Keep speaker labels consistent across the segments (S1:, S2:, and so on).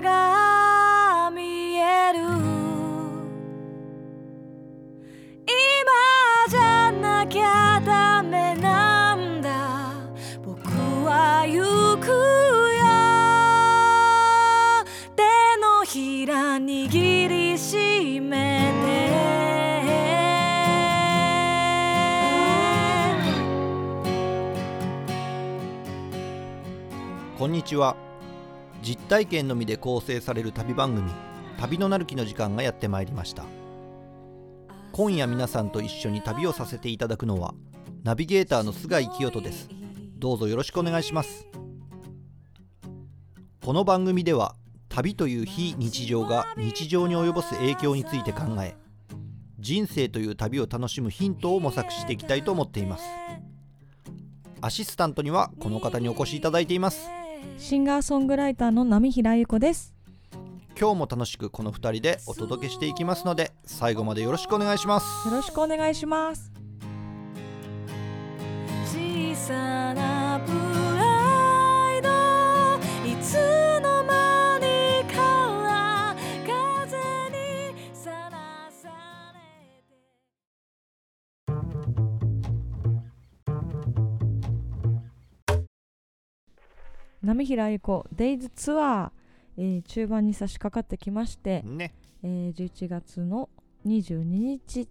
S1: が見える今じゃなきゃダメなんだ僕は行くよ手のひら握りしめて
S2: こんにちは実体験のみで構成される旅番組「旅のなる木」の時間がやってまいりました今夜皆さんと一緒に旅をさせていただくのはナビゲーターの菅井清人ですどうぞよろしくお願いしますこの番組では旅という非日常が日常に及ぼす影響について考え人生という旅を楽しむヒントを模索していきたいと思っていますアシスタントにはこの方にお越しいただいています
S3: シンガーソングライターの波平由子です。
S2: 今日も楽しくこの2人でお届けしていきますので最後までよろしくお願いします
S3: よろしくお願いします。
S1: 小さなプライドいつの間にか風にさらされて
S3: 波平由子デイズツアー、えー中盤に差し掛かってきまして、
S2: ね
S3: えー11月の22日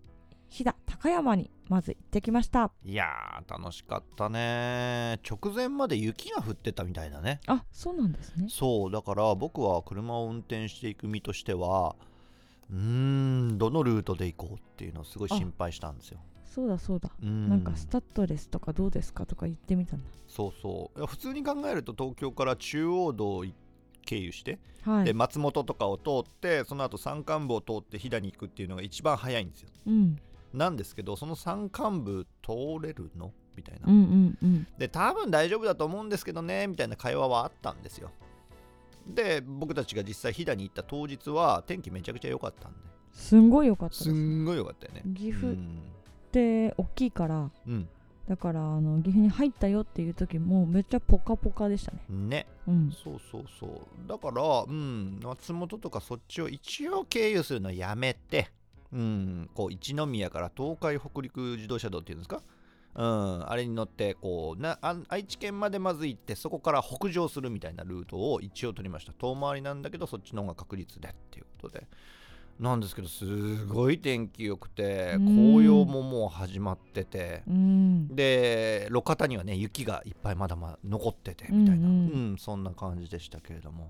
S3: 飛騨高山にまず行ってきました。
S2: いやー楽しかったね直前まで雪が降ってたみたいだね
S3: あ、そうなんですね。
S2: そうだから僕は車を運転していく身としてはうーんどのルートで行こうっていうのをすごい心配したんですよ
S3: そうだそうだ。
S2: うーん
S3: なんかスタッドレスとかどうですかとか言ってみたん
S2: そうそういや普通に考えると東京から中央道を経由して、
S3: だ。は
S2: で
S3: い。
S2: 松本とかを通ってその後山間部を通って飛騨に行くっていうのが一番早いんですよ
S3: うん
S2: なんですけどその山間部通れるのみたいな、
S3: うんうんうん。
S2: で多分大丈夫だと思うんですけどねみたいな会話はあったんですよで僕たちが実際飛騨に行った当日は天気めちゃくちゃ良かったんです
S3: んごい良かった
S2: す
S3: です。
S2: んごい良かったよね
S3: 岐
S2: う
S3: 阜っ
S2: ん、
S3: て大きいから、
S2: うん
S3: だからあの岐阜に入ったよっていう時もめっちゃポカポカでしたね。
S2: ね
S3: うん。
S2: そうそうそうだからうん松本とかそっちを一応経由するのやめてうんこう一宮から東海北陸自動車道っていうんですかうん、あれに乗ってこうなあ愛知県までまず行ってそこから北上するみたいなルートを一応取りました遠回りなんだけどそっちの方が確率でっていうことでなんですけどすごい天気良くて
S3: うん
S2: 紅葉ももう始まってて
S3: うん。
S2: で路肩にはね雪がいっぱいまだまだ残っててみたいな、う
S3: うんんうん
S2: そんな感じでしたけれども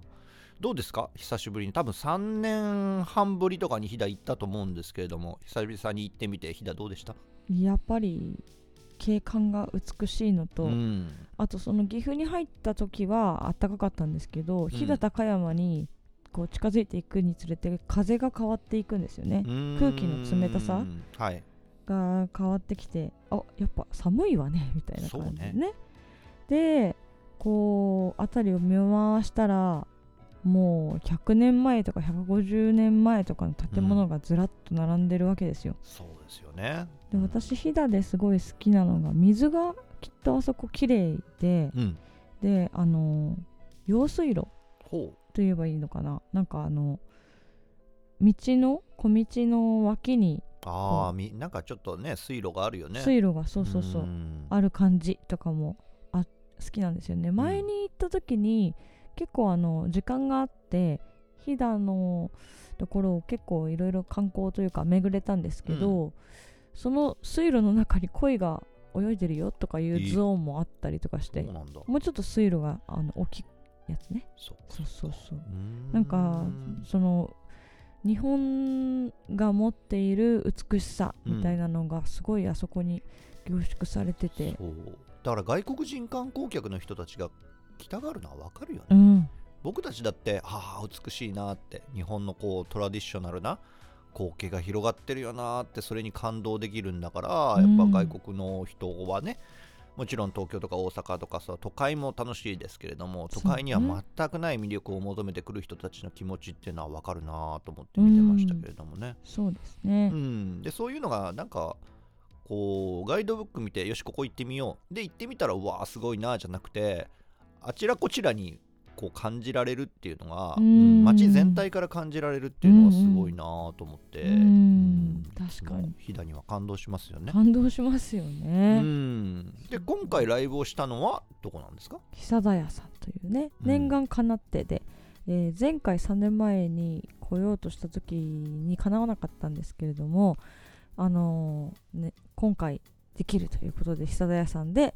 S2: どうですか久しぶりに多分3年半ぶりとかに飛騨行ったと思うんですけれども久々に行ってみて飛騨どうでした
S3: やっぱり景観が美しいのと、
S2: うん
S3: あとその岐阜に入った時は暖かかったんですけど飛騨高山にこう近づいていくにつれて風が変わっていくんですよね、空気の冷たさ
S2: うんはい
S3: が変わってきてあやっぱ寒いわね みたいな感じで
S2: そう
S3: ねでこう辺りを見回したらもう100年前とか150年前とかの建物がずらっと並んでるわけですよ、
S2: そうですよね
S3: で私飛騨ですごい好きなのが水がきっとあそこ綺麗で
S2: うん
S3: であの用水路
S2: ほ
S3: といえばいいのかななんかあの道の小道の脇に
S2: うああみなんかちょっとね水路があるよね
S3: 水路がそうそうそう、
S2: ん
S3: ある感じとかもあ好きなんですよね前に行った時に、結構あの時間があって飛騨のところを結構いろいろ観光というか巡れたんですけど、その水路の中に鯉が泳いでるよとかいうゾーンもあったりとかして
S2: そうなんだ
S3: もうちょっと水路があの大きいやつね
S2: そう
S3: そうそうそう
S2: うん
S3: なんかその日本が持っている美しさみたいなのがすごいあそこに凝縮されてて、
S2: そうだから外国人観光客の人たちが来たがるのはわかるよね、
S3: うん、
S2: 僕たちだってああ美しいなって日本のこうトラディショナルな光景が広がってるよなってそれに感動できるんだからやっぱ
S3: うん
S2: 外国の人はね、もちろん東京とか大阪とかさ都会も楽しいですけれども
S3: そ
S2: 都
S3: う
S2: 会には
S3: ね
S2: 全くない魅力を求めてくる人たちの気持ちっていうのは分かるなと思って見てましたけれどもね。
S3: そうですね
S2: う。ん、でそういうのがなんかこうガイドブック見てよしここ行ってみようで行ってみたらうわーすごいなじゃなくてあちらこちらにこう感じられるっていうのが、
S3: う
S2: うんん、街全体から感じられるっていうのはすごいなと思って、
S3: うん確かに
S2: 飛騨には感動しますよね。
S3: 感動しますよ
S2: う
S3: ね。
S2: ん、で今回ライブをしたのはどこなんですか
S3: 久田屋さんというね
S2: うん
S3: 念願かなってで、えー前回3年前に来ようとした時にかなわなかったんですけれどもあのーね、今回できるということで久田屋さんで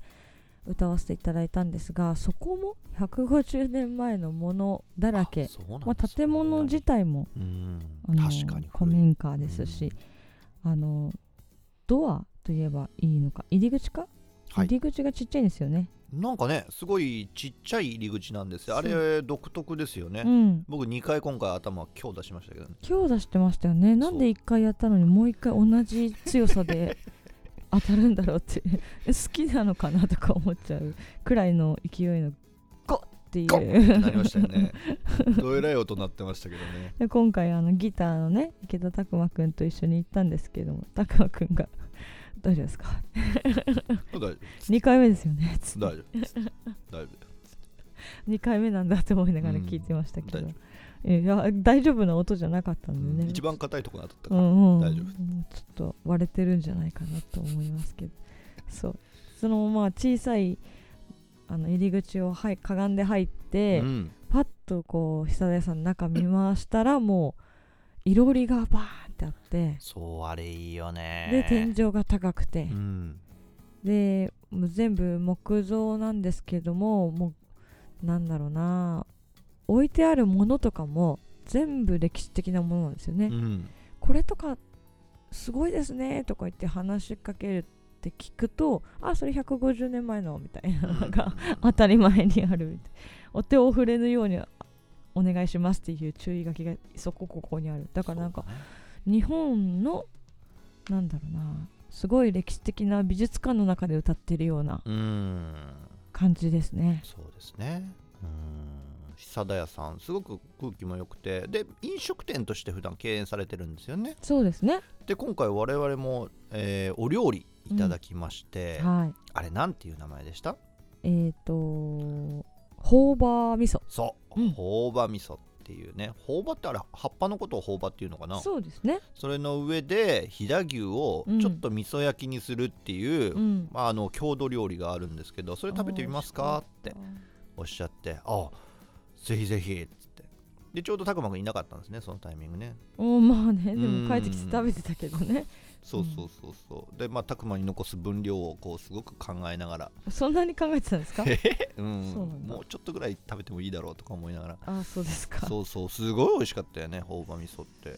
S3: 歌わせていただいたんですがそこも150年前のものだら
S2: あ
S3: け
S2: そうなん
S3: まあ、
S2: です
S3: 建物自体も、
S2: うん
S3: あのー
S2: 確かに
S3: 古民家です
S2: う
S3: し
S2: ん、
S3: あのードアといえばいいのか入り口か、
S2: はい
S3: 入り口がちっちゃいんですよね。
S2: なんかねすごいちっちゃい入り口なんですよあれ独特ですよね、
S3: うん、
S2: 僕2回今回頭強打しましたけどね
S3: 強打してましたよねなんで1回やったのにもう1回同じ強さ で当たるんだろうって 好きなのかなとか思っちゃうくらいの勢いのゴッってい
S2: ゴッ
S3: う
S2: なりましたよ ねどえらい音鳴ってましたけどね
S3: で今回あのギターのね池田拓磨くんと一緒に行ったんですけども拓磨くんが「大丈夫ですか?
S2: 大丈夫」
S3: 2回目ですよね
S2: 大丈夫大丈
S3: 2回目なんだと思いながら聞いてましたけど、
S2: うん大
S3: いや大丈夫な音じゃなかったんで
S2: 夫
S3: ね、
S2: 一番硬いとこに当たった
S3: う
S2: から、
S3: んうん、
S2: 大丈夫
S3: もうちょっと割れてるんじゃないかなと思いますけどそうそのまあ小さいあの入り口を、はい、かがんで入って、
S2: うん
S3: パッとこう久田屋さんの中見回したらもういろりがバーンってあって
S2: そうあれいいよ
S3: で
S2: ね
S3: 天井が高くて、
S2: うん
S3: でもう全部木造なんですけどももうなんだろうな置いてあるものとかも全部歴史的なものなんですよね。
S2: うん
S3: これとかすごいですねとか言って話しかけるって聞くとあそれ150年前のみたいなのが当たり前にあるみたいお手を触れぬようにお願いしますっていう注意書きがそこここにあるだからなんか
S2: そうね
S3: 日本のなんだろうなすごい歴史的な美術館の中で歌ってるような
S2: うん
S3: 感じですね
S2: そうですねうん久田屋さんすごく空気も良くてで飲食店として普段経営されてるんですよね
S3: そうですね
S2: で今回我々も、えーお料理いただきまして、
S3: はい
S2: あれなんていう名前でした
S3: えっ、とホーバー味噌
S2: そう、
S3: うん
S2: ほうば味噌っていうねほうばってあれ葉っぱのことをほうばっていうのかなそ
S3: そうですね
S2: れの上で飛騨牛を
S3: うん
S2: ちょっと味噌焼きにするっていう、
S3: うん
S2: まあ、あの郷土料理があるんですけどそれ食べてみますかっておっしゃってあぜひぜひっつってでちょうど拓磨君いなかったんですねそのタイミングね
S3: おまあねで
S2: うん
S3: も帰ってきて食べてたけどね
S2: そうそうそうそうでまあ拓磨に残す分量をこうすごく考えながら
S3: そんなに考えてたんですか
S2: うん
S3: そうなんだ
S2: もうちょっとぐらい食べてもいいだろうとか思いながら
S3: あそうですかそう
S2: そうそうすごい美味しかったよねほうば味噌って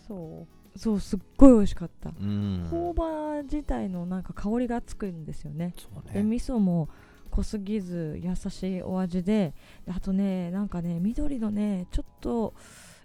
S3: そうすっごい美味しかった
S2: うん
S3: 朴葉自体のなんか香りがつくんですよね
S2: そう
S3: で
S2: ね
S3: 味噌も濃すぎず優しいお味でであとねなんかね緑のねちょっと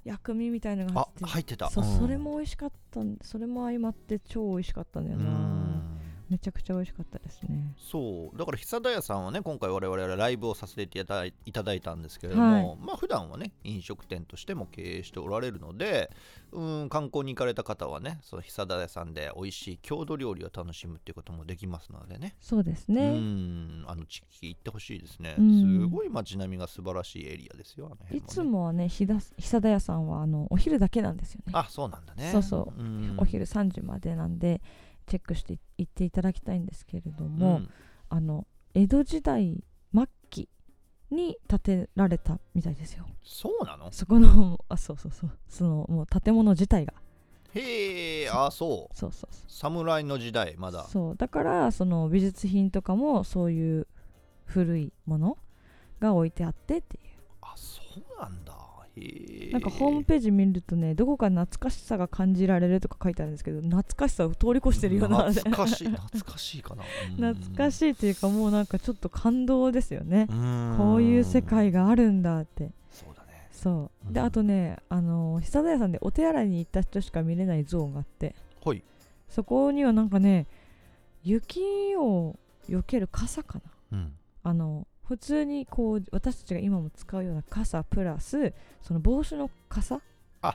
S3: 薬味みたいのが
S2: あ
S3: 入って
S2: 入ってた
S3: そう
S2: うん
S3: それも美味しかったんそれも相まって超美味しかったんだ
S2: う
S3: よなんめちゃくちゃ美味しかったですね
S2: そうだから久田屋さんはね今回我々ライブをさせていただいいただいたんですけれども、まあ普段はね飲食店としても経営しておられるのでうん観光に行かれた方はねその久田屋さんで美味しい郷土料理を楽しむっていうこともできますのでね
S3: そうです
S2: う
S3: ね
S2: んあの地域行ってほしいですね、
S3: うん
S2: すごい街並みが素晴らしいエリアですよあの辺
S3: い
S2: もね
S3: つもはねひだ久田屋さんはあのお昼だけなんですよね
S2: あそうなんだね
S3: そうそ
S2: うん
S3: お昼3時までなんでチェックしていっていただきたいんですけれど
S2: う
S3: も、
S2: ん
S3: あの江戸時代末期に建てられたみたいですよ
S2: そうなの
S3: そこのあそうそうそうそのもう建物自体が
S2: へえあそう
S3: そうそうそう
S2: 侍の時代まだ
S3: そうだからその美術品とかもそういう古いものが置いてあってってい
S2: あそうなんだへえ
S3: うなんかホームページ見るとねどこか懐かしさが感じられるとか書いてあるんですけど懐かしさを通り越してるような
S2: 懐かしい懐かしい かな
S3: 懐か
S2: い
S3: しいというかもうなんかちょっと感動ですよねこういう世界があるんだって
S2: そうだね
S3: そうで
S2: うん
S3: あとねあの久田屋さんでお手洗いに行った人しか見れないゾーンがあって
S2: ほい
S3: そこにはなんかね雪を避ける傘かな
S2: うん
S3: あの普通にこう私たちが今も使うような傘プラスその帽子の傘
S2: はい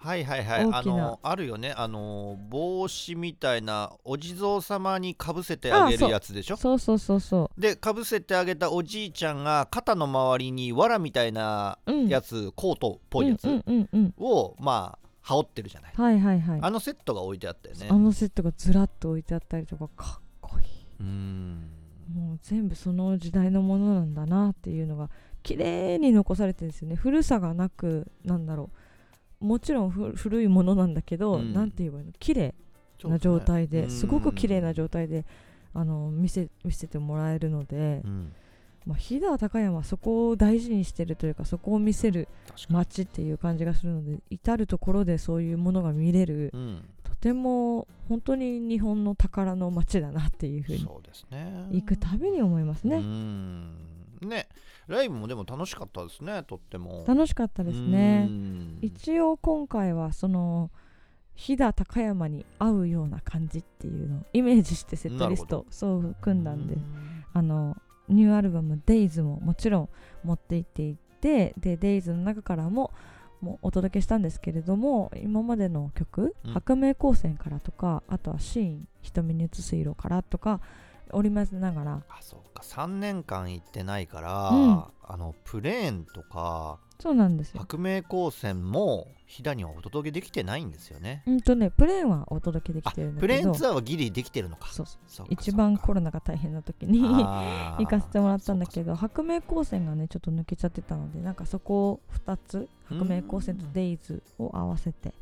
S2: はいはい
S3: 大きな
S2: あのあるよねあの帽子みたいなお地蔵様にかぶせて
S3: あ
S2: あ
S3: あ
S2: げ
S3: そ
S2: る
S3: う
S2: やつでしょ
S3: そうそうそうそ
S2: でかぶせてあげたおじいちゃんが肩の周りに藁みたいな
S3: う、うん、
S2: や
S3: つっ
S2: つ、コートっぽいやつ
S3: うんうんうん、
S2: を、まあ羽織ってるじゃない、
S3: うん、はいはいはい
S2: あのセットが置いてあったよね
S3: あのセットがずらっと置いてあったりとかかっこいいう
S2: ーん
S3: もう全部その時代のものなんだなっていうのが綺麗に残されてるんですよね古さがなくなんだろうもちろんふ古いものなんだけ
S2: う
S3: ど、
S2: ん
S3: なんて言えばいいの綺麗
S2: そう
S3: な状態で、
S2: ね
S3: すごく綺麗な
S2: 態
S3: 状態であの見せ見せてもらえるので、
S2: うん、
S3: まあ、飛騨高山はそこを大事にしてるというかそこを見せる
S2: 確かに、
S3: 街っていう感じがするので至る所でそういうものが見れる
S2: うん、
S3: とても本当に日本の宝の街だなっていうふうに
S2: そうですね
S3: 行くたびに思います
S2: うー
S3: ね。
S2: んねライブもでも楽しかったですねとっても
S3: 楽しかった
S2: か
S3: ですね。一応今回はその飛騨高山に合うような感じっていうのをイメージしてセットリス
S2: なる
S3: トそう組んだんであのニューアルバム「Days」ももちろん持っていっていてで「Days」の中からももうお届けしたんですけれども今までの曲「
S2: うん
S3: 白明光線」からとかあとは「シーン瞳に映す色」からとか織り交ぜながら
S2: あそうか3年間行ってないから、
S3: うん
S2: あのプレーンとか
S3: そうなんですよ。
S2: 白明光線も飛騨にはお届けできてないんですよね
S3: うんとねプレーンはお届けでき
S2: あ
S3: てるんだけど
S2: プレーンツアーはギリできてるのか
S3: そうそう
S2: そうか
S3: 一番
S2: そう
S3: コ
S2: か
S3: ロナが大変な時に行
S2: あー
S3: かせてもらったんだけど白明光線がねちょっと抜けちゃってたのでなんかそこを2つ白明光線と
S2: うん
S3: デイズを合わせて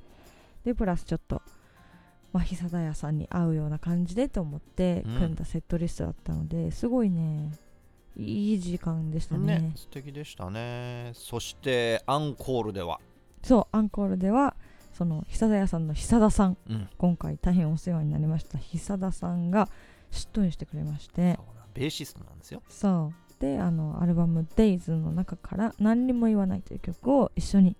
S3: でプラスちょっと、まあ、久田屋さんに合うような感じでと思って
S2: うん
S3: 組んだセットリストだったのですごいねいい時間でしたね
S2: ね素敵でしたねそしてアンコールでは
S3: そうアンコールではその久田屋さんの久田さん
S2: うん
S3: 今回大変お世話になりました久田さんが出演してくれまして
S2: そうなんベーシストなんですよ
S3: そうであのアルバム「Days」の中から「何にも言わない」という曲を一緒に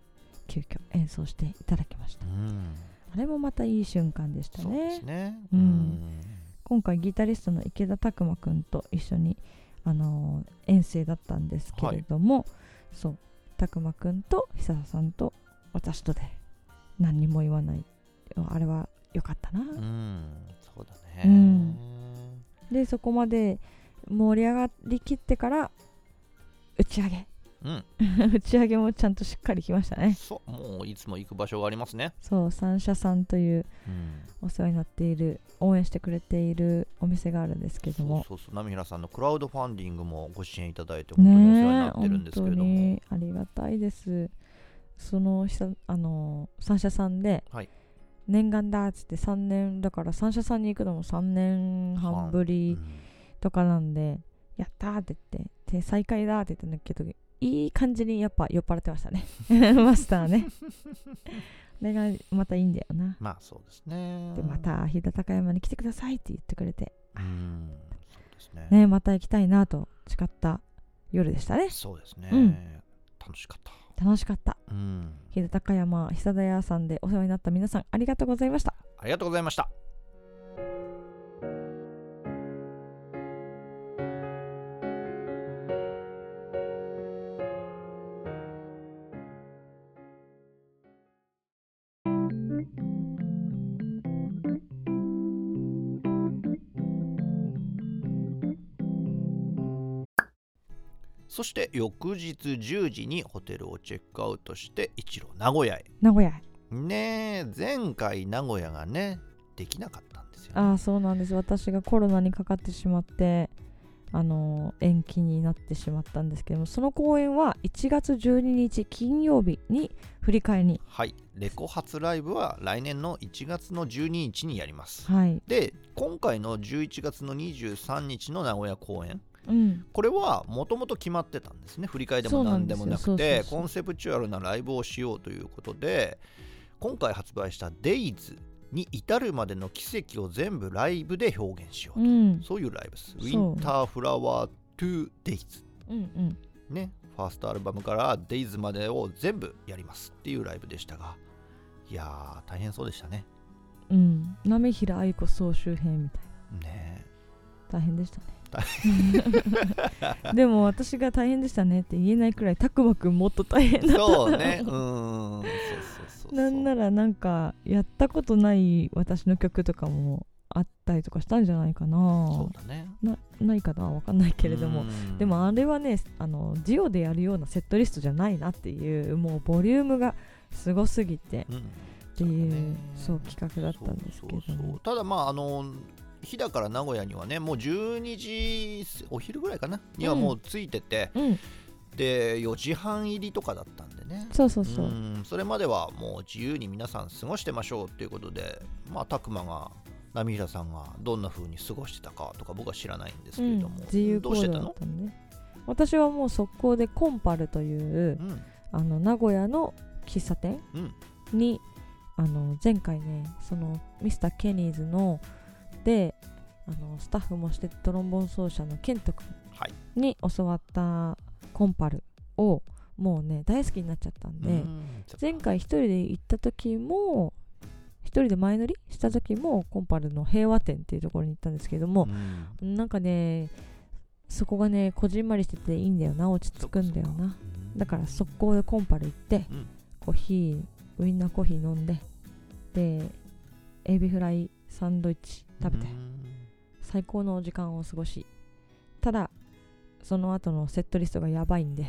S3: 急遽演奏していただきました
S2: うん
S3: あれもまたいい瞬間でした
S2: そうで
S3: ね
S2: すね
S3: うん
S2: うん
S3: 今回ギタリストの池田拓磨くんと一緒に、あのー遠征だったんですけれども、そう拓磨くんと久田さんと私とで「何にも言わない」あれは良かったな、
S2: うんそうだね、
S3: うんでそこまで盛り上がりきってから打ち上げ
S2: うん、
S3: 打ち上げもちゃんとしっかり来ましたね
S2: そうもういつも行く場所がありますね、
S3: そう三社さんという
S2: うん、
S3: お世話になっている応援してくれているお店があるんですけども
S2: そうそうそう波平さんのクラウドファンディングもご支援いただいて本当にお世話に
S3: ね
S2: な
S3: え
S2: ってるん
S3: 本
S2: です
S3: 当
S2: けれども、
S3: にありがたいですその久あの三社さんで、
S2: はい
S3: 念願だっつって3年だから三社さんに行くのも3年半ぶ
S2: う
S3: り
S2: ん
S3: とかなんで、やったーって言ってで再会だーって言ったんだけどいい感じにやっぱ酔っ払ってましたね マスター ね あれがまたいいんだよな
S2: まあそうですね
S3: でま、た飛騨高山に来てくださいって言ってくれて、
S2: うん、そうですね
S3: ね、また行きたいなと誓った夜でしたね
S2: そうですね、
S3: うん
S2: 楽しかった
S3: 楽しかった
S2: うん
S3: 飛騨高山久田屋さんでお世話になった皆さんありがとうございました
S2: ありがとうございましたそして翌日10時にホテルをチェックアウトして一路名古屋へ
S3: 名古屋へ
S2: ねえ前回名古屋がねできなかったんですよ、ね、
S3: ああそうなんです私がコロナにかかってしまってあのー延期になってしまったんですけどもその公演は1月12日金曜日に振り替えに
S2: はいレコ発ライブは来年の1月の12日にやります
S3: はい
S2: で今回の11月の23日の名古屋公演
S3: うん
S2: これはもともと決まってたんですね振り替えでも何でもな
S3: そう
S2: く
S3: なんで
S2: て
S3: すよそうそうそう
S2: コンセプチュアルなライブをしようということで今回発売した「Days」に至るまでの奇跡を全部ライブで表現しよう
S3: う
S2: と、
S3: ん
S2: そういうライブです「ウ
S3: う
S2: ィンターフラワー 2Days」
S3: うんうん
S2: ね、ファーストアルバムから「Days」までを全部やりますっていうライブでしたがいやー大変そうでしたね
S3: うん波平愛子総集編みたいな
S2: ね
S3: 大変でしたねでも私が大変でしたねって言えないくらいたくまくんもっと大変だった
S2: そう ねうーんそうそうそうそう
S3: なんならなんかやったことない私の曲とかもあったりとかしたんじゃないか
S2: そ
S3: な
S2: うだね
S3: なないかなわかんないけれども
S2: うん
S3: でもあれはねあのジオでやるようなセットリストじゃないなっていうもうボリュームがすごすぎて
S2: うん
S3: っていう
S2: そ
S3: そうう
S2: だね
S3: 企画だったんですけど
S2: そうそうそうただまああの日だから名古屋にはねもう12時お昼ぐらいかなにはもう着いてて、
S3: うん
S2: で4時半入りとかだったんでね
S3: そうそうそううん
S2: それまではもう自由に皆さん過ごしてましょうということでまあ拓磨が波平さんがどんな風に過ごしてたかとか僕は知らないんですけ
S3: う
S2: れ
S3: ん
S2: ども、
S3: 自由
S2: ど
S3: 行
S2: うして
S3: 動
S2: た
S3: だっ
S2: の、
S3: たんで私はもう速攻でコンパルという
S2: うん、
S3: あの名古屋の喫茶店
S2: うん
S3: に、あの前回ねそのミスターケニーズのであのスタッフもしてトロンボン奏者のケント君
S2: はい
S3: に教わったコンパルをもうね大好きになっちゃったんで、
S2: うんそっか
S3: 前回一人で行った時も一人で前乗りした時もコンパルの平和店っていうところに行ったんですけども、
S2: うん
S3: なんかねそこがねこじんまりしてていいんだよな落ち着くんだよなだから速攻でコンパル行って、
S2: うん
S3: コーヒーウインナーコーヒー飲んででエビフライサンドイッチ食べ
S2: う
S3: て、
S2: ん
S3: 最高の時間を過ごしただその後のセットリストがやばいんで、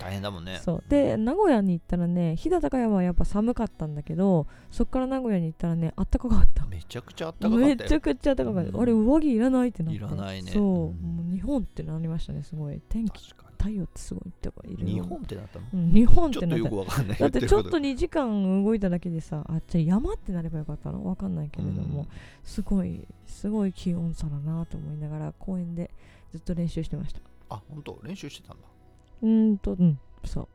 S2: 大変だもんね
S3: そうで名古屋に行ったらね飛騨高山はやっぱ寒かったんだけどそっから名古屋に行ったらねあったかかった
S2: めちゃくちゃあったかかった
S3: め
S2: よ
S3: ちゃくちゃ暖かかった、
S2: うん
S3: あれ上着いらないってなって
S2: いらないね
S3: そう、
S2: うん
S3: もう日本ってなりましたねすごい天気
S2: 確か
S3: 太陽ってすごいってかいる
S2: に日本ってなったの
S3: うん日本っ
S2: ち
S3: て
S2: ょっ
S3: な
S2: と
S3: っ
S2: よ
S3: た
S2: くわかんない
S3: だってちょっ
S2: 言
S3: と2時間動いただけでさあじゃあ山ってなればよかったのわかんないけれども、
S2: うん
S3: すごいすごい気温差だなと思いながら公園でずっと練習してました
S2: あ本当練習してたんだ
S3: うーんとうんそ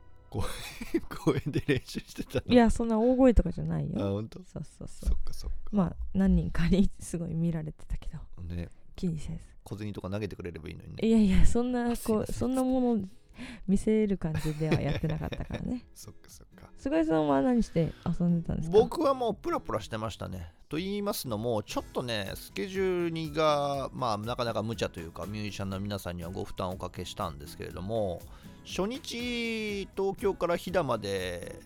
S2: 公園で練習してた
S3: ういやそんな大声とかじゃない
S2: あ
S3: よ
S2: 本当
S3: そうそうそ
S2: そうっかそっか
S3: まあ何人かにすごい見られてたけど
S2: ね
S3: 気にせず
S2: 小銭とか投げてくれればいいのにね
S3: いやいやそんな
S2: あすいま
S3: こ
S2: せ
S3: うんそんなもの見せる感じではやってなかったから ね
S2: そっかそっか
S3: 菅井さんは何して遊んでたんですか
S2: 僕はもうプラプラしてましたね。と言いますのも、ちょっとね、スケジュールにが、まあ、なかなか無茶というか、ミュージシャンの皆さんにはご負担をおかけしたんですけれども、初日、東京から飛騨まで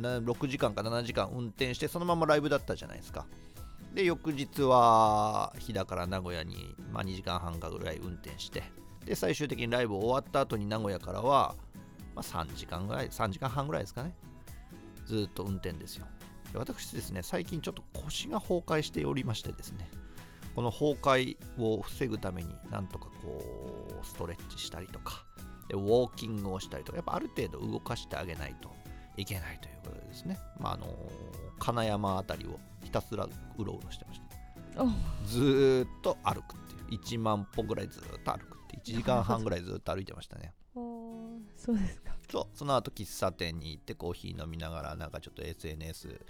S2: な6時間か7時間運転して、そのままライブだったじゃないですか。で、翌日は飛騨から名古屋に、まあ、2時間半かぐらい運転して、で、最終的にライブ終わった後に名古屋からは、まあ、3時間ぐらい、3時間半ぐらいですかね。ずーっと運転ですよ。で私ですね、最近ちょっと腰が崩壊しておりましてですね、この崩壊を防ぐために、なんとかこう、ストレッチしたりとか、でウォーキングをしたりとか、やっぱある程度動かしてあげないといけないということでですね、まあ、あの金山あたりをひたすらうろうろしてました。
S3: お
S2: ずーっと歩くっていう、1万歩ぐらいずーっと歩くって、1時間半ぐらいずーっと歩いてましたね。
S3: おーそうですか
S2: そうその後喫茶店に行ってコーヒー飲みながらなんかちょっと SNS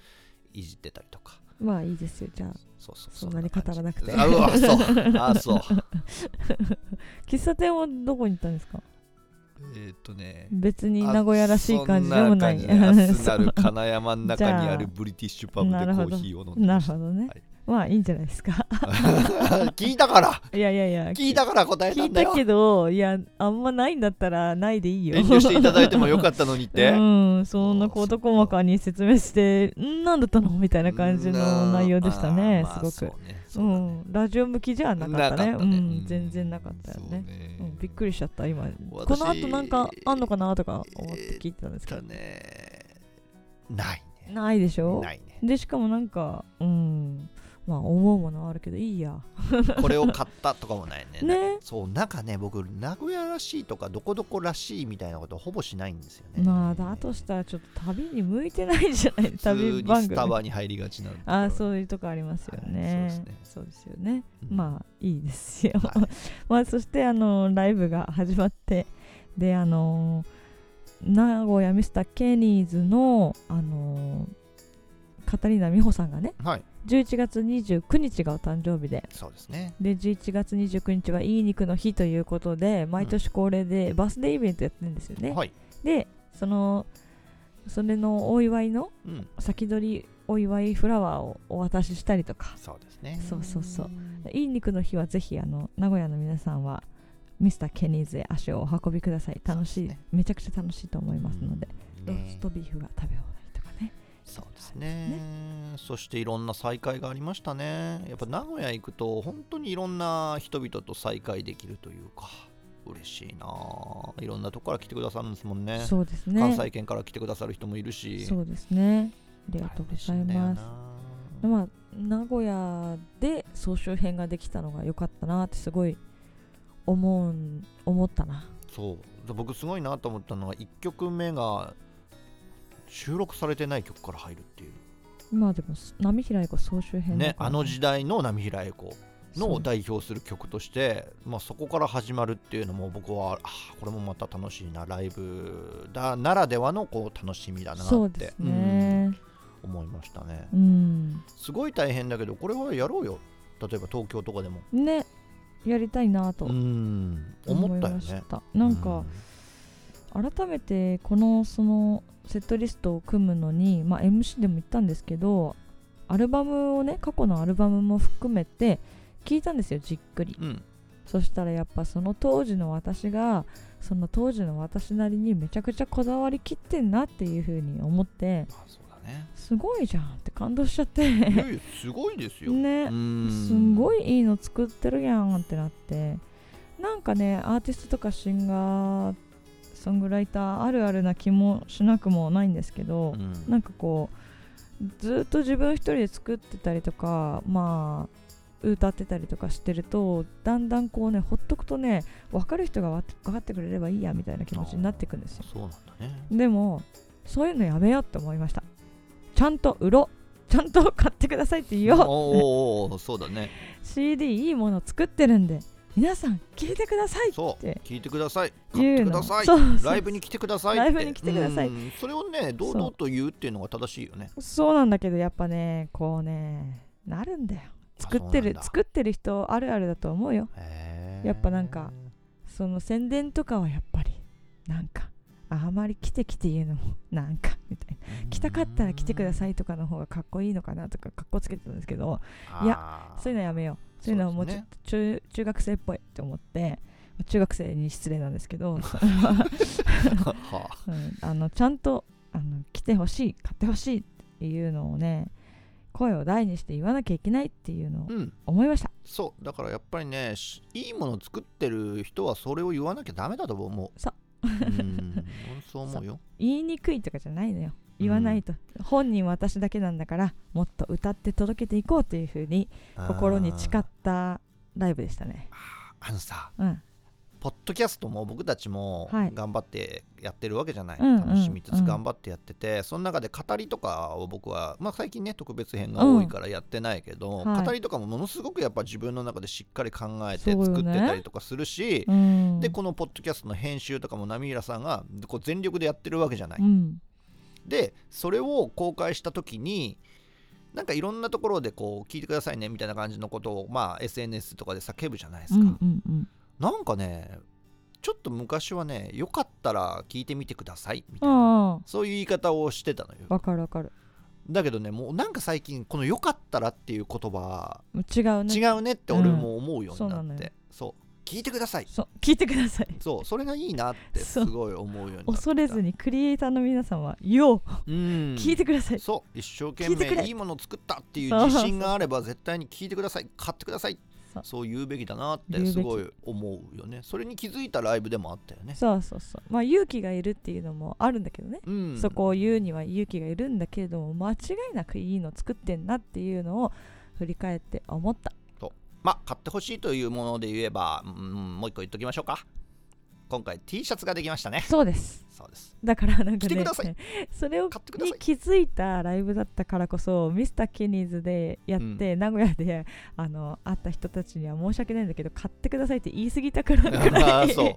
S2: いじってたりとか
S3: まあいいですよじゃあ
S2: そうそう
S3: そんなに語らなくて
S2: そんな感 じあうわそうあそう
S3: 喫茶店はどこに行ったんですか
S2: えーっとね
S3: 別に
S2: あ
S3: 名古屋らしい感じで
S2: そ
S3: も
S2: ん
S3: な
S2: 感
S3: い
S2: じね熱
S3: そ
S2: なる金山の
S3: じ
S2: 中
S3: ゃ
S2: に
S3: あ
S2: あるブリティッシュパブで
S3: な
S2: コ
S3: るほど
S2: ーヒーを飲ん
S3: う
S2: で
S3: な
S2: ま
S3: る
S2: した
S3: ほどね、
S2: はい
S3: まあいいんじゃないです か
S2: 聞いた から
S3: いやいやいや
S2: 聞いたから答え
S3: 聞
S2: た
S3: い
S2: んだ
S3: た
S2: よ
S3: けどいやあんまないんだったらないでいいよ
S2: 遠慮していただいてもよかったのにって
S3: うんそんな事細かに説明してんなんだったのみたいな感じの内容でしたね
S2: まあまあ
S3: すごく
S2: そうね
S3: う
S2: そうだね
S3: ん、ラジオ向きじゃなかったね
S2: な
S3: う
S2: ね
S3: ん、全然なかったよねう、
S2: そうん
S3: びっくりしちゃった今
S2: 私
S3: この後なんかあんのかなとか思って聞いてたんですけ
S2: だ
S3: ど、
S2: ねないね
S3: ないでしょ
S2: ないね
S3: でしかもなんかうんまあ思うものはあるけどいいや
S2: これを買ったとかもないね
S3: ね
S2: そうなんかね僕名古屋らしいとかどこどこらしいみたいなことほぼしないんですよね
S3: まあだとしたらちょっと旅に向いてないんじゃ ない
S2: 普通
S3: 旅
S2: に
S3: 番
S2: スタ
S3: 組
S2: バに入りがちなんで
S3: ああそういうとこありますよね、
S2: はいそうですね
S3: そうですよね
S2: うん
S3: まあいいですよ、
S2: は
S3: まあそしてあのライブが始まってであの名古屋ミスターケニーズのあのカタリーナ美穂さんがね
S2: はい
S3: 11月29日がお誕生日で
S2: そうですね
S3: で11月29日はいい肉の日ということで毎年恒例でバースデーイベントやってるんですよね、
S2: はい
S3: でそのそれのお祝いの
S2: うん
S3: 先取りお祝いフラワーをお渡ししたりとか
S2: そうですね
S3: そうそうそういい肉の日はぜひあの名古屋の皆さんはミスターケニーズへ足をお運びください楽しい、
S2: そうですね
S3: めちゃくちゃ楽しいと思いますので、
S2: う
S3: ロ
S2: ん
S3: ーストビーフが食べ放題とかね
S2: そうですねそしていろんな再会がありましたねやっぱ名古屋行くと本当にいろんな人々と再会できるというか嬉しいなあいろんなとこから来てくださるんですもんね
S3: そうですね
S2: 関西圏から来てくださる人もいるし
S3: そうですねありがとうございます
S2: す
S3: まあ名古屋で総集編ができたのが良かったなってすごい思うん思ったな
S2: そうで僕すごいなと思ったのは1曲目が収録されてない曲から入るっていう
S3: 今でもす波平英子総集編
S2: ねあの時
S3: 代
S2: 代の波平英子の
S3: 代
S2: 代表する曲としてそ,、まあ、そこから始まるっていうのも僕はあーこれもまた楽しいなライブだならではのこう楽しみだなって
S3: そうですね
S2: うん思いましたね
S3: うん、
S2: すごい大変だけどこれはやろうよ例えば東京とかでも
S3: ねやりたいなと
S2: うん
S3: 思
S2: 思
S3: い
S2: ったよ
S3: まし
S2: ね
S3: た、なんか、改めてこのそのセットリストを組むのに、まあ、MC でも言ったんですけどアルバムをね過去のアルバムも含めて聞いたんですよじっくり
S2: うん、うん
S3: そしたらやっぱその当時の私がその当時の私なりにめちゃくちゃこだわりきってんなっていう風に思って
S2: まあそうだね
S3: すごいじゃんって感動しちゃっ
S2: いや
S3: て
S2: いやすごいですよ、
S3: ね
S2: うん
S3: すんごいいいの作ってるやんってなってなんかねアーティストとかシンガーソングライターあるあるな気もしなくもないんですけど、
S2: うん
S3: なんかこうずっと自分一人で作ってたりとかまあ歌ってたりとかしてるとだんだんこうねほっとくとね分かる人がわ分かってくれればいいやみたいな気持ちになっていくんですよ
S2: そうなんだね
S3: でもそういうのやめようって思いましたちゃんと売ろうちゃんと買ってくださいって言おう
S2: おーおーおーそうだね
S3: CD いいもの作ってるんで皆さん聞いてください
S2: そう
S3: で
S2: 聞いてください買っ
S3: 言
S2: て
S3: う
S2: く
S3: の
S2: ださい
S3: そうそう
S2: ライブに来てくださいって
S3: ライブに来てください
S2: うんそれをね堂々と言うっていうのが正しいよね
S3: そうなんだけどやっぱねこうねなるんだよ作って
S2: そうなん
S3: る
S2: だ
S3: 作ってる人あるあるだと思うよ
S2: へー
S3: やっぱなんかその宣伝とかはやっぱりなんかあまり来て来て言うのも なんかみたいな来たかったら来てくださいとかの方がかっこいいのかなとかかっこつけてたんですけどい
S2: や
S3: そういうのやめようそういうのはもうちょっと中,、中学生っぽいって思って中学生に失礼なんですけど
S2: と はあ
S3: うん、あのちゃんとあの来てほしい買ってほしいっていうのをね声を大にして言わなきゃいけないっていうのを
S2: うん
S3: 思いました、
S2: そうだからやっぱりねしいいものを作ってる人はそれを言わなきゃダメだと思う
S3: そう
S2: うんそう思うよ
S3: 言いにくいとかじゃないのよ言わないと、本人は私だけなんだからもっと歌って届けていこうというふうに心に誓
S2: あー
S3: ったライブでしたね
S2: あのさ
S3: うん
S2: ポッドキャストも僕たちも
S3: はい
S2: 頑張ってやってるわけじゃない、
S3: うんうん
S2: 楽しみつ
S3: う
S2: つ
S3: ん
S2: 頑張ってやってて、その中で語りとかを僕は、まあ、最近ね特別編が多いからやってないけど、
S3: うんはい
S2: 語りとかもものすごくやっぱ自分の中でしっかり考え
S3: そ
S2: て
S3: うよね
S2: 作ってたりとかするし、
S3: うん
S2: でこのポッドキャストの編集とかも浪平さんがこう全力でやってるわけじゃない。
S3: うん
S2: でそれを公開した時になんかいろんなところでこう聞いてくださいねみたいな感じのことを、まあ、SNS とかで叫ぶじゃないですか。
S3: うんうんうん
S2: なんかね、ちょっと昔はね、よかったら聞いてみてくださいみたいな、
S3: あ
S2: そういう言い方をしてたの
S3: あ
S2: よ。
S3: わかるわかる
S2: だけどね、もうなんか最近、このよかったらっていう言葉、
S3: 違うね
S2: 違うねって俺も思うよう
S3: そう
S2: に
S3: な
S2: な
S3: の
S2: っ
S3: よ
S2: て、そう、聞いてください。
S3: そう聞いてください
S2: そう、それがいいなってす
S3: そう
S2: ごい思うようになって。
S3: 恐れず、にクリエイターの皆さんは言おう、
S2: うん、
S3: 聞いてください
S2: そう、一生懸
S3: 聞いてく
S2: 命
S3: れ
S2: いいものを作ったっていう
S3: そう
S2: 自信があれば、絶対に聞いてください、買ってください
S3: そ。う
S2: そう言うべきだなっ
S3: 言う
S2: て
S3: べ
S2: す
S3: き
S2: ごい思うよね。それに気づいたライブでもあったよね。
S3: そうそうそうまあ勇気がいるっていうのもあるんだけどね、
S2: うん、
S3: そこを言うには勇気がいるんだけれども間違いなくいいの作ってんなっていうのを振り返って思った
S2: まあ、買ってほしいというもので言えば、うん、もう一個言っときましょうか。今回 T シャツができましたね。
S3: そうです
S2: そう です。
S3: だからなんか
S2: 来て
S3: ね
S2: ください
S3: それを
S2: 買ってください
S3: に気づいたライブだったからこそミスターケニーズでやって、名古屋であの会った人たちには申し訳ないんだけど買ってくださいって言い過ぎたくらい
S2: あー そう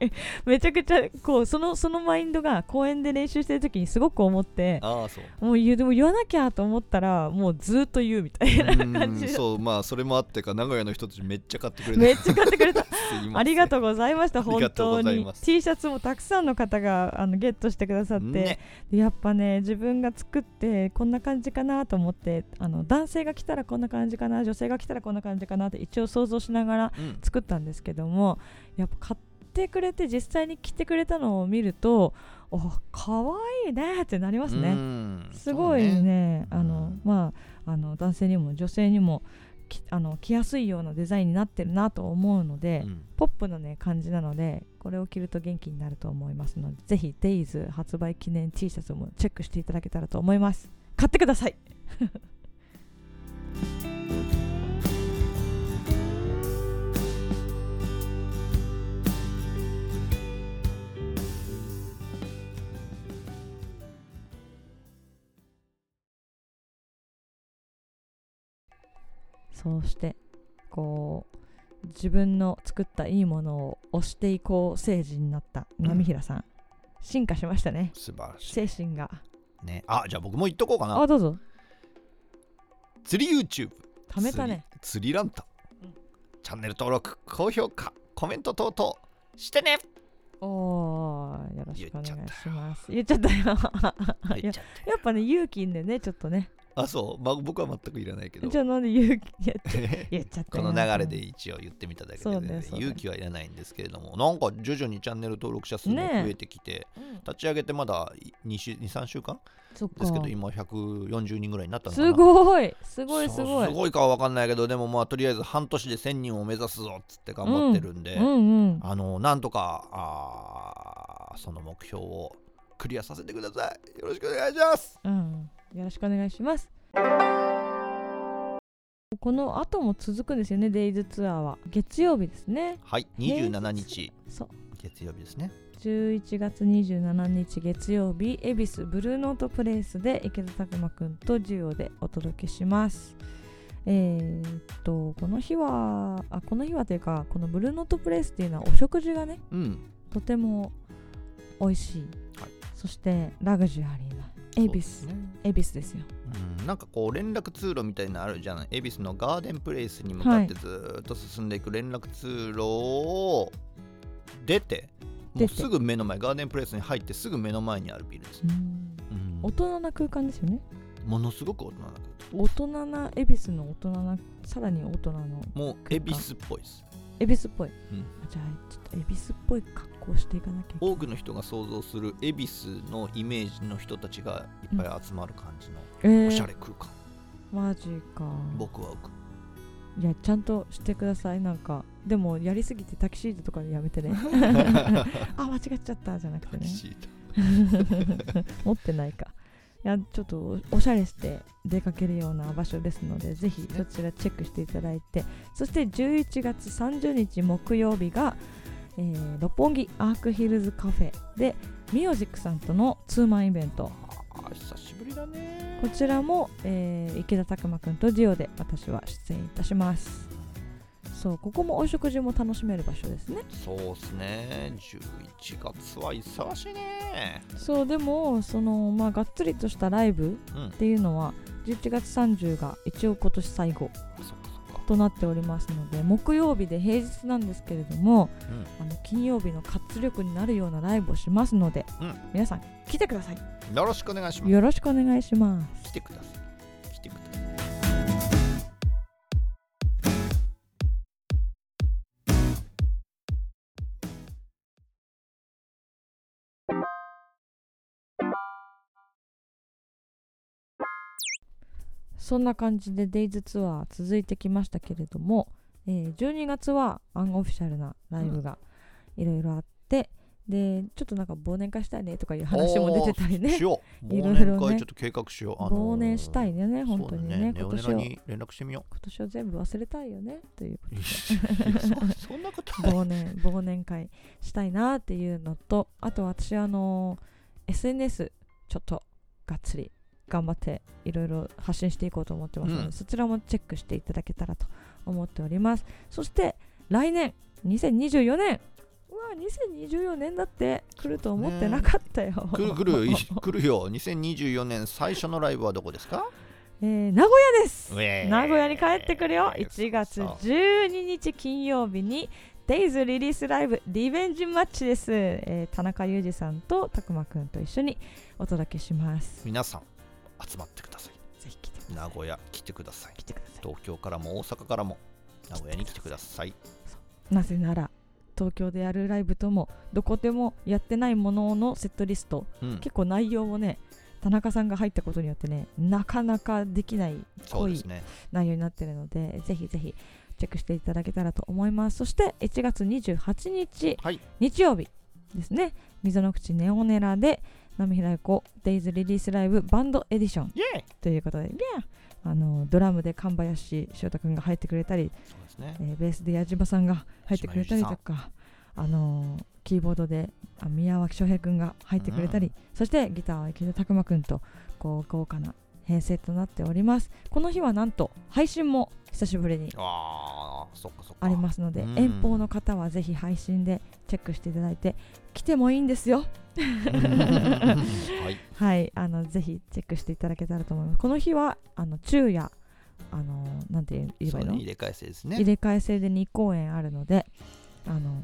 S3: めちゃくちゃこうそのそのマインドが公演で練習してる時にすごく思って
S2: ああ、そう。
S3: もう言うでも言わなきゃと思ったらもうずっと言うみたいな感じだ
S2: そう、まあ、それもあってか、名古屋の人たちめっちゃ買ってくれ
S3: めっちゃ 買ってくれた
S2: すいません
S3: ありがとうございました
S2: あり
S3: 本
S2: がとうご
S3: 当
S2: ざい
S3: に
S2: ます
S3: T シャツもたくさんの方があのゲットしてくださって、
S2: ね
S3: でやっぱね自分が作ってこんな感じかなと思ってあの男性が来たらこんな感じかな女性が来たらこんな感じかなって一応想像しながら
S2: うん
S3: 作ったんですけどもやっぱ買ってくれて実際に着てくれたのを見るとお可愛いねってなります
S2: う
S3: ね。
S2: ん
S3: すごい
S2: そう
S3: ね
S2: うん
S3: あのまああの男性にも女性にもきあの着やすいようなデザインになってるなと思うので、
S2: うん
S3: ポップなね感じなのでこれを着ると元気になると思いますのでぜひデイズ発売記念 T シャツもチェックしていただけたらと思います買ってくださいそうしてこう自分の作ったいいものを押していこう政治になった波平さん、進化しましたね
S2: 素晴らし
S3: 精神が
S2: いねあじゃあ僕も言っとこうかな
S3: あどうぞ
S2: 釣り YouTube
S3: 貯めたね
S2: 釣り釣りランタン、
S3: うん
S2: チャンネル登録高評価コメント等々してね
S3: おーよろしくお願いし
S2: 言っ
S3: ます言っちゃったよ い
S2: 言
S3: や
S2: っちゃって
S3: やっぱね勇気いんでねちょっとね
S2: あそう、まあ、僕は全くいらないけど
S3: じゃあなんで勇気いや言っちゃった
S2: この
S3: よ
S2: 流れで一応言ってみただけで、
S3: そうね
S2: 全然
S3: そうね
S2: 勇気はいらないんですけれどもなんか徐々にチャンネル登録者数も増
S3: ねえ
S2: えてきて、
S3: うん
S2: 立ち上げてまだ23週間
S3: そっか
S2: ですけど今140人ぐらいになったのかな
S3: すごいすごい
S2: そう
S3: すごい
S2: すごいかは分かんないけどでもまあとりあえず半年で1000人を目指すぞっつって頑張ってるんで、
S3: うんうん
S2: あのなんとかあーその目標をクリアさせてくださいよろしくお願いします
S3: うんよろしくお願いしますこの後も続くんですよねデイズツアーは月曜日ですね
S2: はい
S3: 平日
S2: 27日
S3: そう
S2: 月曜日ですね
S3: 11月27日月曜日恵比寿ブルーノートプレイスで池田拓磨くんとジュオでお届けしますえーっとこの日はあこの日はというかこのブルーノートプレイスっていうのはお食事がね
S2: うん
S3: とても美味しい、
S2: はい
S3: そしてラグジュアリーな恵比
S2: そうです
S3: 寿、
S2: ね
S3: 恵比寿ですよ
S2: うん、なんかこう連絡通路みたいなのあるじゃない恵比寿のガーデンプレイスに向かってずーっと進んでいく連絡通路を出てもう
S3: 出て
S2: すぐ目の前ガーデンプレイスに入ってすぐ目の前にあるビルです、
S3: うん
S2: うん
S3: 大人な空間ですよね
S2: ものすごく大人な
S3: 大人な恵比寿の大人なさらに大人の
S2: もう恵比寿っぽいです
S3: 恵比寿っぽい、
S2: うん
S3: じゃあちょっと恵比寿っぽい格好をしていかなきゃいけない
S2: 多くの人が想像する恵比寿のイメージの人たちがいっぱい集まる感じの
S3: えー
S2: おしゃれ空間、
S3: マジか
S2: 僕は僕
S3: いやちゃんとしてくださいなんかでもやりすぎてタキシードとかでやめてねあ間違っちゃったじゃなくてね持ってないかいやちょっとおおしゃれして出かけるような場所ですのでぜひそちらチェックしていただいてそして11月30日木曜日が、えー六本木アークヒルズカフェでミュージックさんとのツーマンイベント
S2: あー久しぶりだね
S3: こちらも、えー池田拓磨くんとジオで私は出演いたしますそうここもお食事も楽しめる場所ですね
S2: そうっすね11月は忙しいね
S3: そうでもそのまあがっつりとしたライブ
S2: うん
S3: っていうのは11月30が一応今年最後
S2: そっかそっか
S3: となっておりますので木曜日で平日なんですけれども、
S2: う
S3: あの金曜日の活力になるようなライブをしますので、
S2: うん
S3: 皆さん来てください
S2: よろしくお願いします
S3: よろしくお願いします
S2: 来てください来てください
S3: そんな感じでデイズツアー続いてきましたけれども、えー12月はアンオフィシャルなライブがいろいろあって、でちょっとなんか忘年会したいねとかいう話も出てたりね
S2: しよう
S3: いろ
S2: 忘
S3: いろね
S2: 年会ちょっと計画しよう、あのー
S3: 忘年したいね本当にね
S2: そうだネ
S3: 今
S2: オネ
S3: 年
S2: ラ
S3: を
S2: に連絡してみよ
S3: 今年を全部忘れたいよねという
S2: ういやそそんなことない
S3: 忘年忘年会したいなっていうのとあと私あの SNS ちょっとがっつり頑張っていろいろ発信していこうと思ってますので、
S2: うん
S3: そちらもチェックしていただけたらと思っておりますそして来年2024年うわ2024年だって来ると思ってなかったよ、
S2: くるくるいくるよ2024年最初のライブはどこですか
S3: えー 名古屋です
S2: 名
S3: 名古屋に帰ってくるよ1月12日金曜日にデイズリリースライブリベンジマッチです、えー田中裕二さんとたくまくんと一緒にお届けします
S2: 皆さん集まってください
S3: ぜひ来て
S2: 名古屋来てください
S3: 来てくださ
S2: 東京からも大阪からも名古屋に来てください
S3: いなぜなら東京でやるライブともどこでもやってないもののセットリスト
S2: うん
S3: 結構内容もね田中さんが入ったことによってねなかなかできない
S2: そうですね
S3: 内容になってるのでぜひぜひチェックしていただけたらと思いますそして1月28日、
S2: はい
S3: 日曜日ですね溝の口ネオネラで波平ゆ子デイズリリースライブバンドエディション
S2: イエーイ
S3: ということで、あのドラムで神林翔太くんが入ってくれたり、
S2: そうですね
S3: えーベースで矢島さんが入ってくれたりとかあのーキーボードであ宮脇翔平くんが入ってくれたり、そしてギターは池田拓磨くんとこう豪華な編成となっておりますこの日はなんと配信も久しぶりに
S2: ああそっかそっか
S3: ありますので、
S2: うん
S3: 遠方の方はぜひ配信でチェックしていただいて来てもいいんですよ
S2: はい
S3: はい、あのぜひチェックしていただけたらと思います。この日はあの昼夜あのなんて言え
S2: そ
S3: ば
S2: う
S3: いいの、
S2: ね入れ替え制です
S3: 入
S2: ね
S3: れ替え制で2公演あるので、あの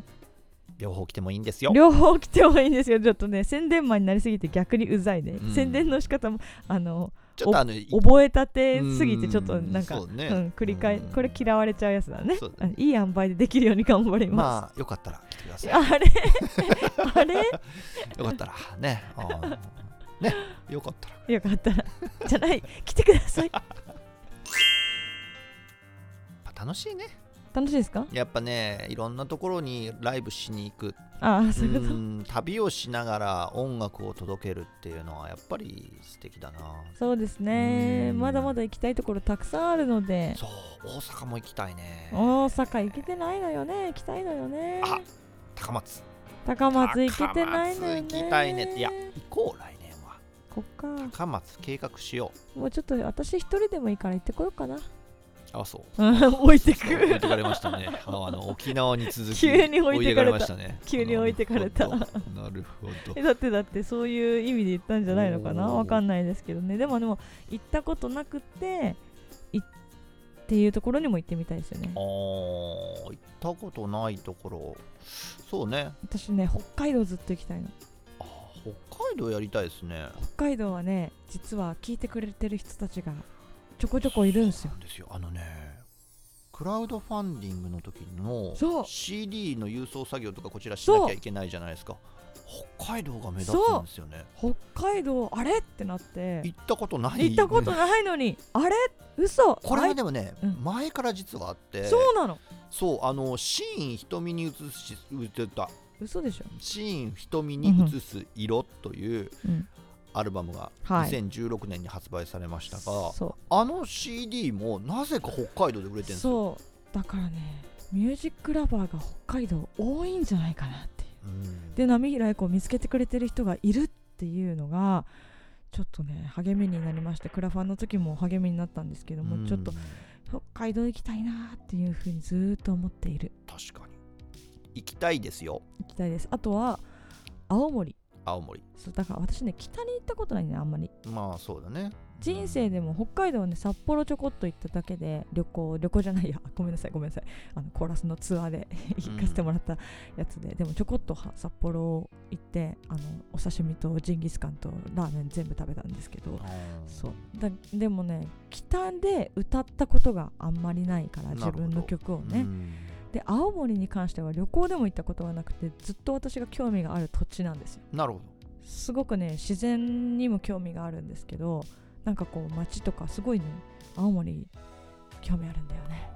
S2: 両方来てもいいんですよ
S3: 両方来てもいいんですよ。ちょっとね宣伝マンになりすぎて逆にうざいね。
S2: うん
S3: 宣伝の仕方もあの
S2: ちょっとあの
S3: 覚えたてすぎてちょっとなんか。
S2: うそうね
S3: うん、繰り返
S2: うん
S3: これ嫌われちゃうやつだね
S2: そう。
S3: あのいい塩梅でできるように頑張りま
S2: まあよかったら来てくだ
S3: す。
S2: さ
S3: あれあれ
S2: いよかったらねあーねよかったら
S3: よかったら。じゃない。来てください。
S2: まあ楽しいね
S3: 楽しいですか
S2: やっぱねいろんなところにライブしに行く
S3: ああ、そういうこと。
S2: うん旅をしながら音楽を届けるっていうのはやっぱり素敵だな
S3: そうですね
S2: うん
S3: まだまだ行きたいところたくさんあるので
S2: そう大阪も行きたいね
S3: 大阪行けてないのよね行きたいのよね
S2: あ高松
S3: 高松行けてないのよ
S2: 高
S3: ね
S2: 松行きたいねいや行こう来年は
S3: こっか
S2: 高松計画しよ
S3: もうちょっと私一人でもいいから行ってこようかな
S2: うあそう
S3: 置いて
S2: そう置いてかれました ねああの沖縄に続き
S3: 急に置いてかれ
S2: 置
S3: た
S2: いましたね
S3: 急に置いてかれた
S2: なるほどなるほど
S3: えだってだってそういう意味で言ったんじゃないのかな
S2: おー
S3: わかんないですけどねでもでも行ったことなくていっていうところにも行ってみたいですよね
S2: あー行ったことないところそうね
S3: 私ね北海道ずっと行きたいの
S2: あー北海道やりたいですね
S3: 北海道はね実は聞いてくれてる人たちがちょこちょこいるんですよ
S2: なんですよあのねクラウドファンディングの時の
S3: そう
S2: CD の郵送作業とかこちらし
S3: そう
S2: なきゃいけないじゃないですか北海道が目立つんですよね
S3: 北海道あれってなって
S2: 行ったことない
S3: 行ったことないのにあれ嘘
S2: これ
S3: あ
S2: はでもね、
S3: うん
S2: 前から実はあって
S3: そうなの
S2: そうあのシーン瞳に映し映ってた
S3: 嘘でしょ、
S2: シーン瞳に映す色という
S3: うん、
S2: アルバムが
S3: はい
S2: 2016年に発売されましたが、
S3: そ
S2: あの CD もなぜか北海道で売れて
S3: う
S2: るんですよ。
S3: そうだからねミュージックラバーが北海道多いんじゃないかなっていう
S2: うん
S3: で波平愛子を見つけてくれてる人がいるっていうのがちょっとね励みになりましてクラファンの時も励みになったんですけども、ちょっと
S2: うん
S3: 北海道行きたいなーっていうふうにずーっと思っている
S2: 確かに行きたいですよ
S3: 行きたいですあとは青森
S2: 青森
S3: そうだから私ね北に行ったことないねあんまり
S2: まあそうだね
S3: 人生でも北海道はね札幌ちょこっと行っただけで旅行旅行じゃないや ごめんなさいごめんなさいあのコーラスのツアーで 行かせてもらったやつで、でもちょこっとは札幌行ってあのお刺身とジンギスカンとラーメン全部食べたんですけど
S2: うん
S3: そうだでもね北で歌ったことがあんまりないか
S2: なる
S3: ら自
S2: ほど
S3: 分の曲をね、
S2: うん
S3: で青森に関しては旅行でも行ったことがなくてずっと私が興味がある土地なんですよ
S2: なるほど
S3: すごくね自然にも興味があるんですけどなんかこう街とかすごいね青森興味あるんだよね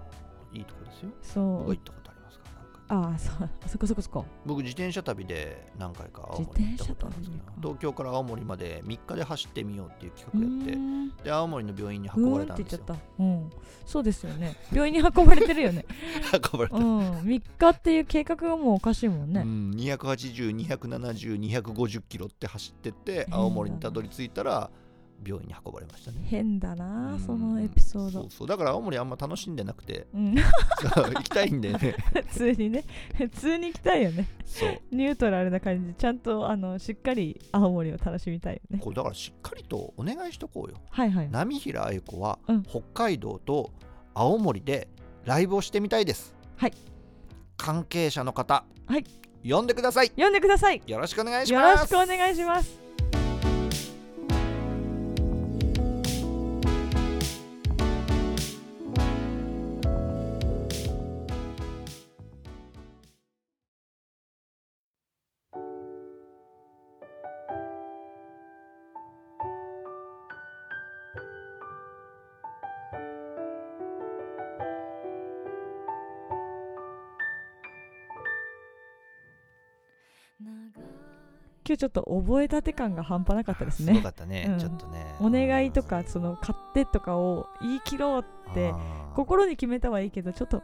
S2: いいとこですよ
S3: そ
S2: 僕は
S3: う
S2: 行ったことありますからなんか
S3: ああそうそこそこそこ
S2: 僕自転車旅で何回か青森行ったことあるんですけど
S3: 自転車旅か
S2: 東京から青森まで3日で走ってみようっていう
S3: うー
S2: 企画やって
S3: ん
S2: で青森の病院に
S3: う
S2: 運ば
S3: ーん
S2: れ
S3: った
S2: ん
S3: て言
S2: で
S3: っ
S2: す
S3: ちゃっ
S2: よ
S3: たうんそうですよね病院に運ばれてる よね
S2: 運ばれた、
S3: う
S2: うん
S3: ん3日っていう計画がもうおかしいもんね、
S2: 280270250キロって走ってって
S3: 変だな
S2: 青森にたどり着いたら病院に運ばれましたね
S3: 変だな
S2: う
S3: あ
S2: ん
S3: そのエピソー
S2: そ
S3: ド
S2: うそうだから青森あんま楽しんでなくて
S3: うん
S2: そう行きたいんだよね
S3: 普通にね普通に行きたいよね
S2: そう
S3: ニュートラルな感じでちゃんとあのしっかり青森を楽しみたいよね
S2: これだからしっかりとお願いしとこうよ
S3: はいはい
S2: 波平愛子は
S3: うん
S2: 北海道と青森でライブをしてみたいです、
S3: はい
S2: 関係者の方、
S3: はい
S2: 呼んでください
S3: 読んでください
S2: よろしくお願いし
S3: よ
S2: ま
S3: ろ
S2: す
S3: しくお願いします今日ちょっと覚え立て感が半端なかったです
S2: すご
S3: ね
S2: かったね、
S3: うん
S2: ちょっとね
S3: お願いとかその買ってとかを言い切ろうって
S2: あー
S3: 心に決めたはいいけどちょっと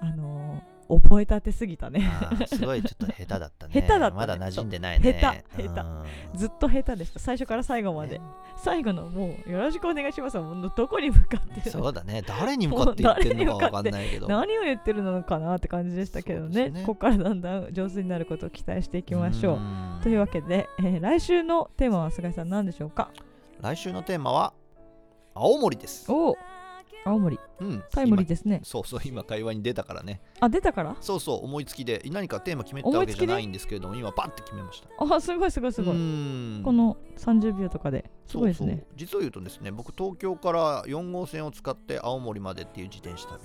S3: あのー覚え立てすぎたね
S2: あーすごいちょっと下手だったね
S3: 下手だったね
S2: まだ馴染んでないね
S3: 下手下手
S2: 手
S3: ずっと下手でした最初から最後まで、
S2: ね
S3: 最後のもうよろしくお願いしますはもうどこに向かってる
S2: そうだね誰に向かって言ってるのか分かんないけど
S3: 何を言ってるのかなって感じでしたけど
S2: そうで
S3: ね
S2: すね
S3: ここからだんだん上手になることを期待していきましょう
S2: ーん
S3: というわけで、えー来週のテーマは菅井さん何でしょうか
S2: 来週のテーマは青森です、
S3: おお青森
S2: うん、
S3: タイムリーですね
S2: 今そうそう今会話に出たからね
S3: あ出たから
S2: そうそう思いつきで何かテーマ決めたわけじゃないんですけれども今パッて決めました
S3: あすごいすごいすごい、
S2: うーん
S3: この30秒とかですごいですね
S2: そうそう実を言うとですね僕東京から4号線を使って青森までっていう自転車旅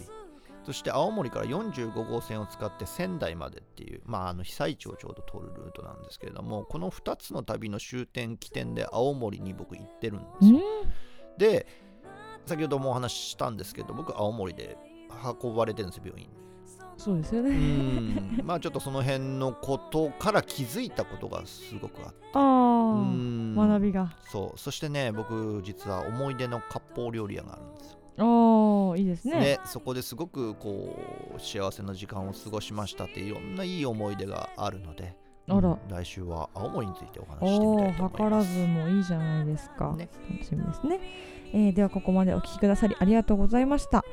S2: そして青森から45号線を使って仙台までっていう、まあ、あの被災地をちょうど通るルートなんですけれどもこの2つの旅の終点起点で青森に僕行ってるんですよで先ほどもお話ししたんですけど僕青森で運ばれてるんですよ病院に
S3: うんそうですよ
S2: う
S3: ね
S2: ーんまあちょっとその辺のことから気づいたことがすごくあって
S3: あ
S2: う
S3: ー
S2: ーん
S3: 学びが
S2: そうそしてね僕実は思い出の割烹料理屋があるんですよ、
S3: ああいいですね
S2: ね、そこですごくこう幸せな時間を過ごしましたっていろんないい思い出があるので
S3: あら
S2: うん来週は青森についてお話ししてみ
S3: お
S2: た
S3: お
S2: いと
S3: 図
S2: 思い
S3: ら
S2: ます
S3: ずもいいじゃないですか、
S2: ね
S3: 楽しみですね、えーではここまでお聞きくださりありがとうございました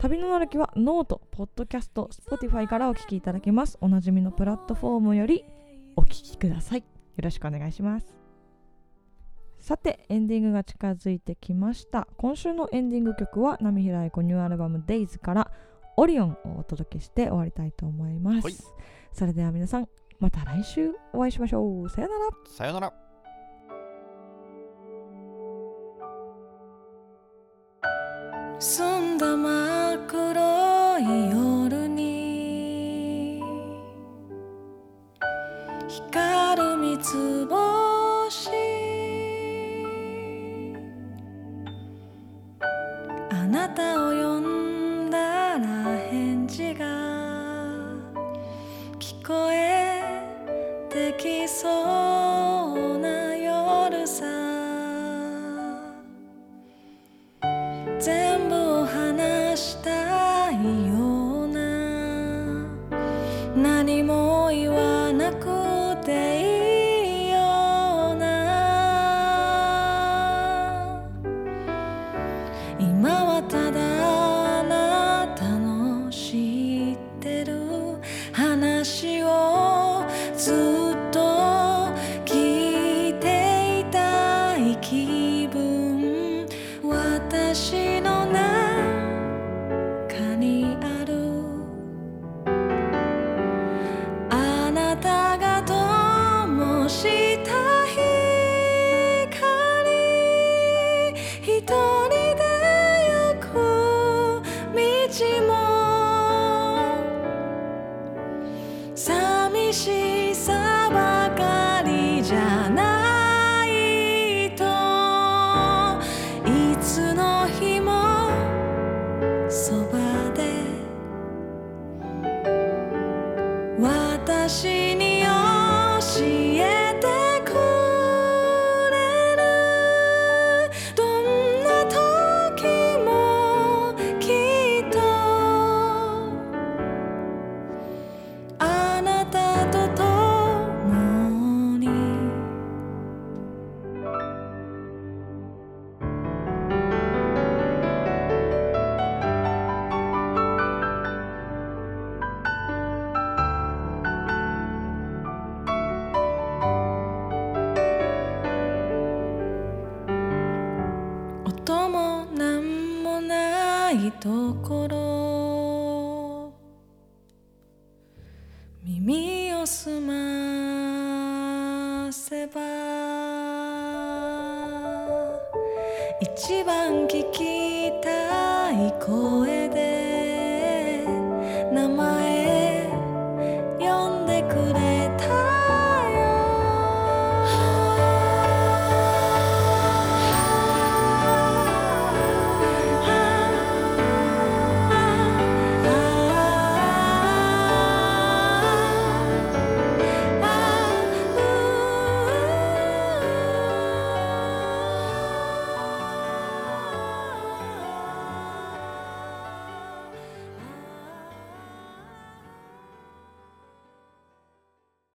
S3: 旅の歩きはノート、ポッドキャスト、Spotify からお聞きいただけますおなじみのプラットフォームよりお聞きくださいよろしくお願いしますさてエンディングが近づいてきました今週のエンディング曲は波平愛子ニューアルバム Days からオリオンをお届けして終わりたいと思います、
S2: はい
S3: それでは皆さんまた来週お会いしましょうさよなら
S2: さよなら
S1: 澄んだ真っ黒い夜に光る三つ星あなたを呼んだら返事が聞こえてきそうな夜さ全部を話したいような何も言わなくていいような今はただあなたの知ってる話をずっと聞いていたい気分私の中にあるあなたが灯した光一人で行く道も寂しさばかりじゃないといつの日もそばで私に教えてくれるどんな時もきっとあなたと共に音もなんもないところ耳をすませば一番聞きたい声で